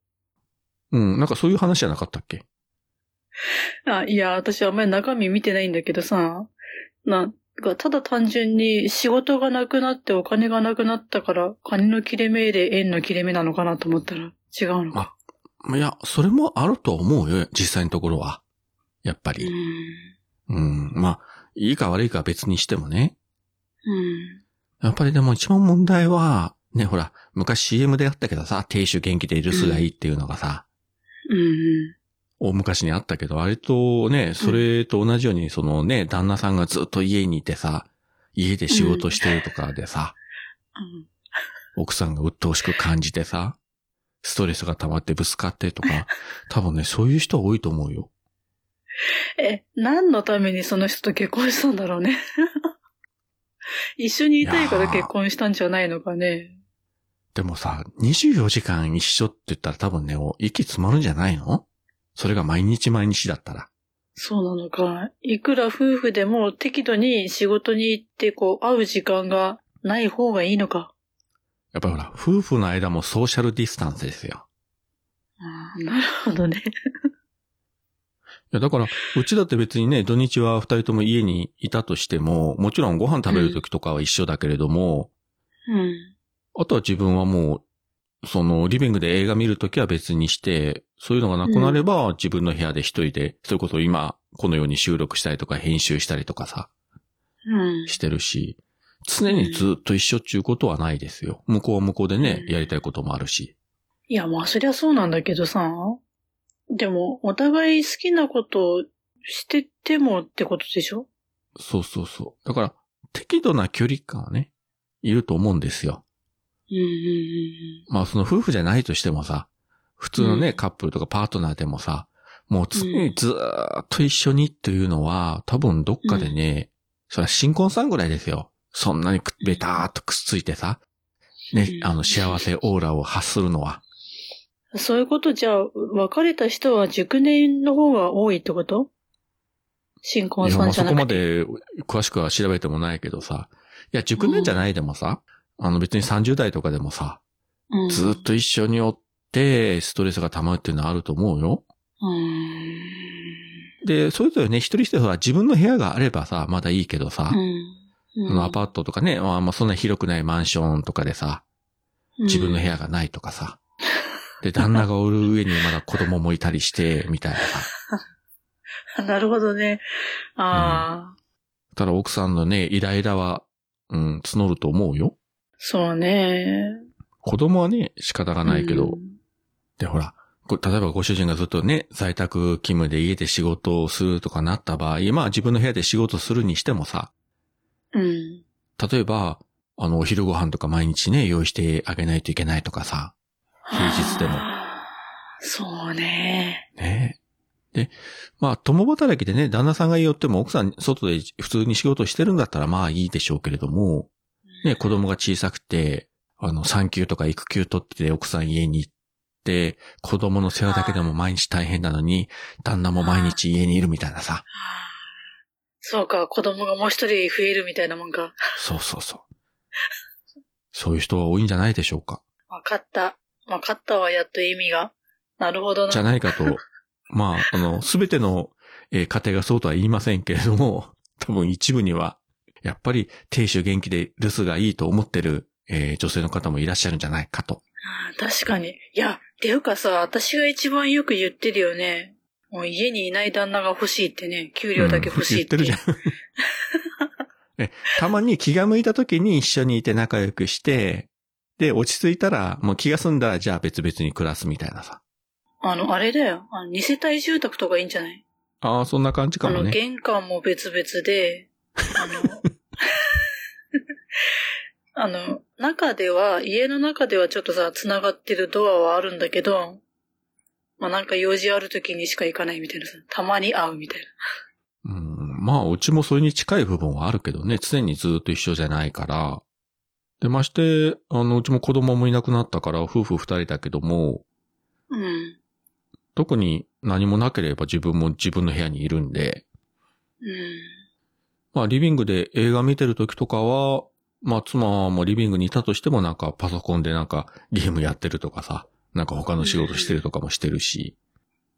A: うん、なんかそういう話じゃなかったっけ
B: あ、いや、私あんまり中身見てないんだけどさ、なんか、ただ単純に仕事がなくなってお金がなくなったから、金の切れ目で円の切れ目なのかなと思ったら違うのか。
A: いや、それもあると思うよ、実際のところは。やっぱ
B: う
A: り。
B: ん。
A: うん、まあ、いいか悪いかは別にしてもね。
B: うん。
A: やっぱりでも一番問題は、ね、ほら、昔 CM であったけどさ、亭主元気で留守がいいっていうのがさ、
B: うん。
A: 大昔にあったけど、あれとね、それと同じように、そのね、旦那さんがずっと家にいてさ、家で仕事してるとかでさ、
B: うん
A: 奥さんが鬱陶しく感じてさ、ストレスが溜まってぶつかってとか、多分ね、そういう人は多いと思うよ。
B: え、何のためにその人と結婚したんだろうね。 一緒にいたいから結婚したんじゃないのかね。
A: でもさ、24時間一緒って言ったら多分ね、お息詰まるんじゃないのそれが毎日毎日だったら。
B: そうなのか。いくら夫婦でも適度に仕事に行って、こう、会う時間がない方がいいのか。
A: やっぱりほら、夫婦の間もソーシャルディスタンスですよ。
B: あーなるほどね。
A: いや、だから、うちだって別にね、土日は二人とも家にいたとしても、もちろんご飯食べる時とかは一緒だけれども、
B: うん。
A: あとは自分はもう、その、リビングで映画見るときは別にして、そういうのがなくなれば、自分の部屋で一人で、それこそ今、このように収録したりとか、編集したりとかさ、
B: うん。
A: してるし、常にずっと一緒っちゅうことはないですよ。向こうは向こうでね、
B: うん
A: やりたいこともあるし。
B: いや、まあ、そりゃそうなんだけどさ。でも、お互い好きなことをしててもってことでしょ
A: そうそうそう。だから、適度な距離感はね、いると思うんですよ。
B: うんうんうん
A: まあその夫婦じゃないとしてもさ、普通のね、
B: うん
A: カップルとかパートナーでもさ、もう常にずーっと一緒にっていうのは、多分どっかでね、それは新婚さんぐらいですよ。そんなにくべたーっとくっついてさ、ね、
B: うん
A: あの幸せオーラを発するのは。
B: うん。そういうことじゃあ、別れた人は熟年の方が多いってこと新婚
A: いや、
B: さ
A: ま
B: ん
A: あ
B: じゃ
A: そ
B: な
A: こま
B: くて。
A: で詳しくは調べてもないけどさ。いや、熟年じゃないでもさ、あの別に30代とかでもさ、
B: うん
A: ずっと一緒におって、ストレスが溜まるっていうのはあると思うよ。
B: うん。
A: で、それぞれね、一人一人は自分の部屋があればさ、まだいいけどさ、
B: うん。
A: そのアパートとかね、まあまあそんな広くないマンションとかでさ、自分の部
B: 屋。
A: 屋がないとかさ、で、旦那がおる上にまだ子供もいたり して、みたいなさ。
B: なるほどね。ああ、
A: ただ奥さんのね、イライラは、うん、募ると思うよ。
B: そうね。
A: 子供はね、仕方がないけど、で、ほら、こ例えばご主人がずっとね、在宅勤務で家で仕事をするとかなった場合、まあ自分の部屋で仕事するにしてもさ、
B: うん。うん。
A: 例えば、あの、お昼ご飯とか毎日ね、用意してあげないといけないとかさ、平日でも。
B: あー。 そうね。
A: ねえで、まあ、共働きでね、旦那さんが寄っても奥さん外で普通に仕事してるんだったらまあいいでしょうけれども、ね、子供が小さくて、あの、産休とか育休取って奥さん家に行って、子供の世話だけでも毎日大変なのに、旦那も毎日家にいるみたいなさ。
B: そうか、子供がもう一人増えるみたいなもんか。
A: そうそうそう。そういう人は多いんじゃないでしょうか。
B: わかった。わかったわ、やっと意味が。なるほどな。
A: じゃないかと。まあ、あの、すべての、えー家庭がそうとは言いませんけれども、 多分一部には、やっぱり、亭主元気で留守がいいと思ってる、えー女性の方もいらっしゃるんじゃないかと。
B: あー確かに。いや、っていうかさ、私が一番よく言ってるよね。もう家にいない旦那が欲しいってね、給料だけ欲しいって。
A: うん言ってるじゃん。え、たまに気が向いた時に一緒にいて仲良くして、で、落ち着いたら、もう気が済んだら、じゃあ別々に暮らすみたいなさ。
B: あの、あれだよ。あの二世帯住宅とかいいんじゃない
A: ああ、そんな感じか
B: あ
A: も
B: の、
A: ね。
B: 玄関も別々で、あの、あの、 中では、家の中ではちょっとさ、繋がってるドアはあるんだけど、まあ、なんか用事ある時にしか行かないみたいなさ、たまに会うみたいな。
A: うん、まあ、うちもそれに近い部分はあるけどね、常にずっと一緒じゃないから、で、まして、あの、うちも子供もいなくなったから、夫婦二人だけども、
B: うん。
A: 特に何もなければ自分も自分の部屋にいるんで、
B: うん。
A: まあ、リビングで映画見てる時とかは、まあ、妻もリビングにいたとしてもなんかパソコンでなんかゲームやってるとかさ、なんか他の仕事してるとかもしてるし、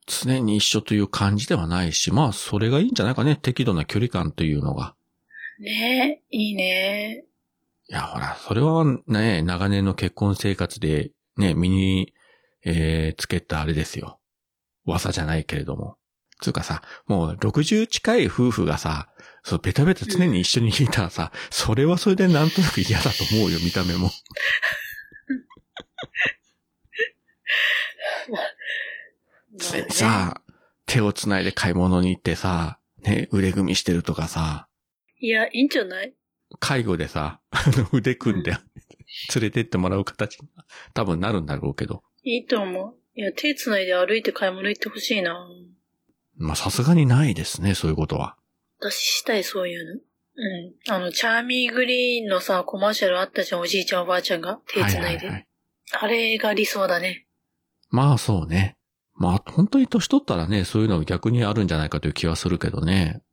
A: 常に一緒という感じではないし、まあ、それがいいんじゃないかね、適度な距離感というのが。
B: ねえ、いいね。
A: いや、ほら、それはね、長年の結婚生活で、ね、身に、えー、つけたあれですよ。噂じゃないけれども。つうかさ、もう60近い夫婦がさ、そう、ベタベタ常に一緒にいたらさ、それはそれでなんとなく嫌だと思うよ、見た目も。常にさ、手を繋いで買い物に行ってさ、ね、腕組みしてるとかさ、
B: いや、いいんじゃない
A: 介護でさ、あの腕組んで、連れてってもらう形に多分なるんだろうけど。
B: いいと思う。いや、手繋いで歩いて買い物行ってほしいな。
A: まあ、さすがにないですね、そういうことは。
B: 私したい、そういうの。うん。あの、チャーミーグリーンのさ、コマーシャルあったじゃん、おじいちゃんおばあちゃんが手繋いで。
A: はいはいはい。
B: あれが理想だね。
A: まあ、そうね。まあ、本当に年取ったらね、そういうの逆にあるんじゃないかという気はするけどね。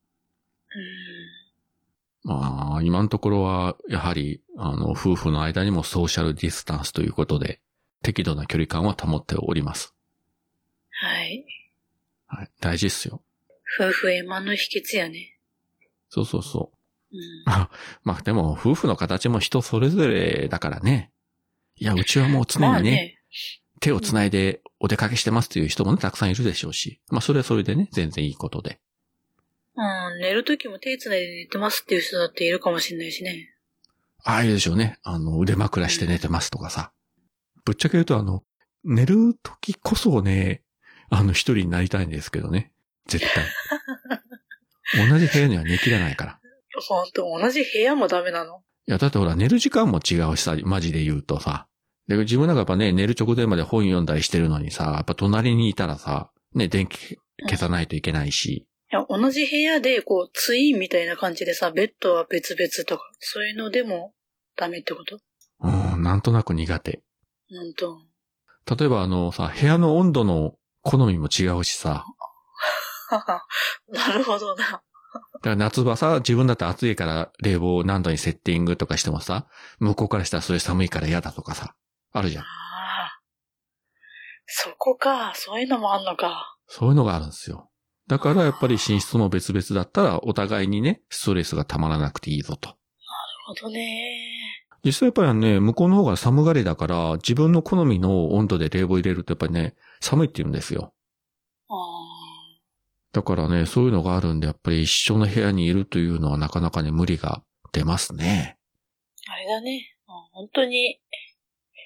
A: まあ、今のところは、やはり、あの、夫婦の間にもソーシャルディスタンスということで、適度な距離感は保っております。
B: うん。はい。
A: はい。大事っすよ。
B: 夫婦円満の秘訣やね。
A: そうそうそう。
B: うん。
A: まあでも、夫婦の形も人それぞれだからね。いや、うちはもう常
B: まあ
A: にね、。手を繋いでお出かけしてますという人もね、たくさんいるでしょうし。まあそれはそれでね、全然いいことで。
B: うん、寝るときも手繋いで寝てますっていう人だっているかもしれないしね。
A: ああ、いいでしょうね。あの、腕枕して寝てますとかさ。ぶっちゃけ言うと、あの、寝る時こそね、あの、一人になりたいんですけどね。絶対。 同じ部屋には寝きらないから。
B: ほんと、同じ部屋もダメなの。
A: いや、だってほら、寝る時間も違うしさ、マジで言うとさ。で、自分なんかやっぱね、寝る直前まで本読んだりしてるのにさ、やっぱ隣にいたらさ、ね、電気消さないといけないし。
B: いや、同じ部屋で、こう、ツインみたいな感じでさ、ベッドは別々とか、そういうのでもダメってこと
A: うん、なんとなく苦手。
B: ほんと。
A: 例えばあのさ、部屋の温度の好みも違うしさ。
B: ははなるほどな。
A: だから夏場さ、自分だって暑いから冷房を何度にセッティングとかしてもさ、向こうからしたらそれ寒いから嫌だとかさ、あるじゃん。
B: ああ。そこか、そういうのもあんのか。
A: そういうのがあるんですよ。だからやっぱり寝室も別々だったら、お互いにね、ストレスがたまらなくていいぞと。
B: なるほどね。
A: 実際やっぱりね、向こうの方が寒がりだから、自分の好みの温度で冷房入れるとやっぱりね、寒いって言うんですよ。
B: あ
A: だからね、そういうのがあるんで、やっぱり一緒の部屋にいるというのはなかなかね、無理が出ますね。
B: あ。あれだね。うん本当に、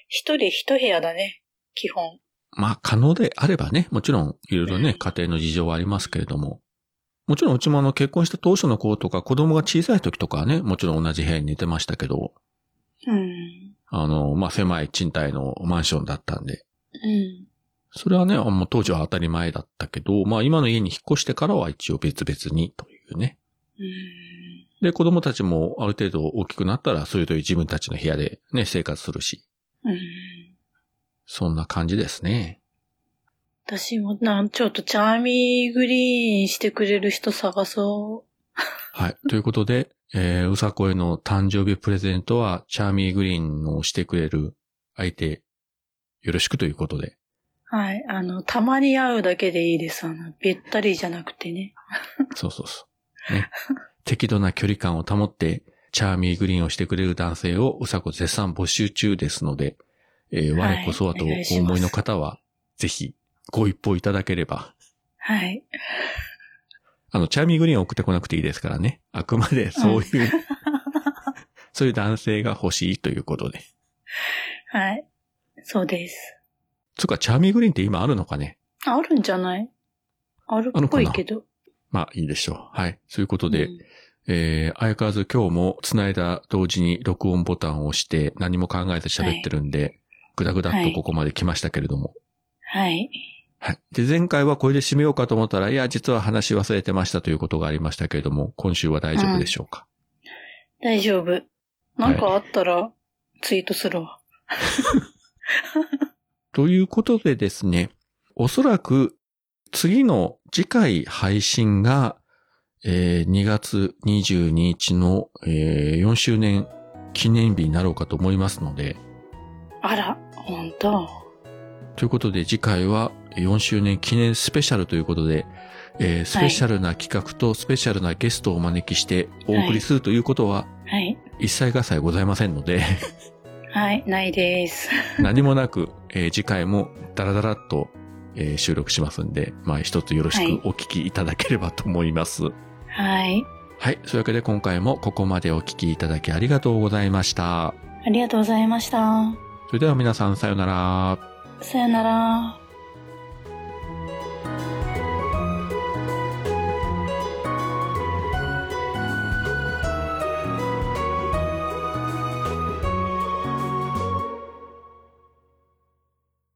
B: 一人一部屋だね。基本。
A: まあ、可能であればね、もちろん、いろいろね、家庭の事情はありますけれども。もちろん、うちもあの、結婚した当初の子とか、子供が小さい時とかはね、もちろん同じ部屋に寝てましたけど、
B: うん。
A: あの、まあ、狭い賃貸のマンションだったんで、
B: うん。
A: それはね、あもう当時は当たり前だったけど、まあ今の家に引っ越してからは一応別々にというね。
B: うん。
A: で、子供たちもある程度大きくなったら、それぞれ自分たちの部屋でね、生活するし、
B: うん。
A: そんな感じですね。
B: 私もな、ちょっとチャーミーグリーンしてくれる人探そ
A: はい。ということで、えー、うさこへの誕生日プレゼントは、チャーミーグリーンをしてくれる相手、よろしくということで。
B: う。はい。あの、たまに会うだけでいいです。あの、べったりじゃなくてね。
A: そうそうそう。ね。 適度な距離感を保って、チャーミーグリーンをしてくれる男性をうさこ絶賛募集中ですので、えー
B: はい
A: 我こそはと
B: お願い
A: お
B: します
A: 思いの方は、ぜひご一報いただければ、
B: はい。
A: あの、チャーミーグリーンを送ってこなくていいですからね。あくまでそういう、 そういう男性が欲しいということで。
B: はい。そうです。
A: つうか、チャーミーグリーンって今あるのかね
B: ああるんじゃないあるっぽいけど。
A: まあいいでしょう。はい。そういうことで、
B: うん
A: えー、相変わらず今日も繋いだ同時に録音ボタンを押して何も考えず喋ってるんで、ぐだぐだっとここまで来ましたけれども。
B: はい。
A: はい。で、前回はこれで締めようかと思ったら、いや、実は話忘れてましたということがありましたけれども、今週は大丈夫でしょうか、
B: 大丈夫。なんかあったら、ツイートするわ。
A: ということでですね、おそらく次の次回配信が、えー2月22日の、え4周年記念日になろうかと思いますので、
B: あら、ほんと。
A: ということで次回は4周年記念スペシャルということで、えースペシャルな企画とスペシャルなゲストをお招きしてお送りするということは
B: はい。
A: 一切合切ございませんの で、
B: はい、ないです。
A: 何もなく、えー次回もダラダラっと、えー収録しますんで、まあ一つよろしくお聞きいただければと思います。はい、
B: はい。
A: そういうわけで今回もここまでお聞きいただきありがとうございました。
B: ありがとうございました。
A: それでは皆さんさようなら。
B: さよなら。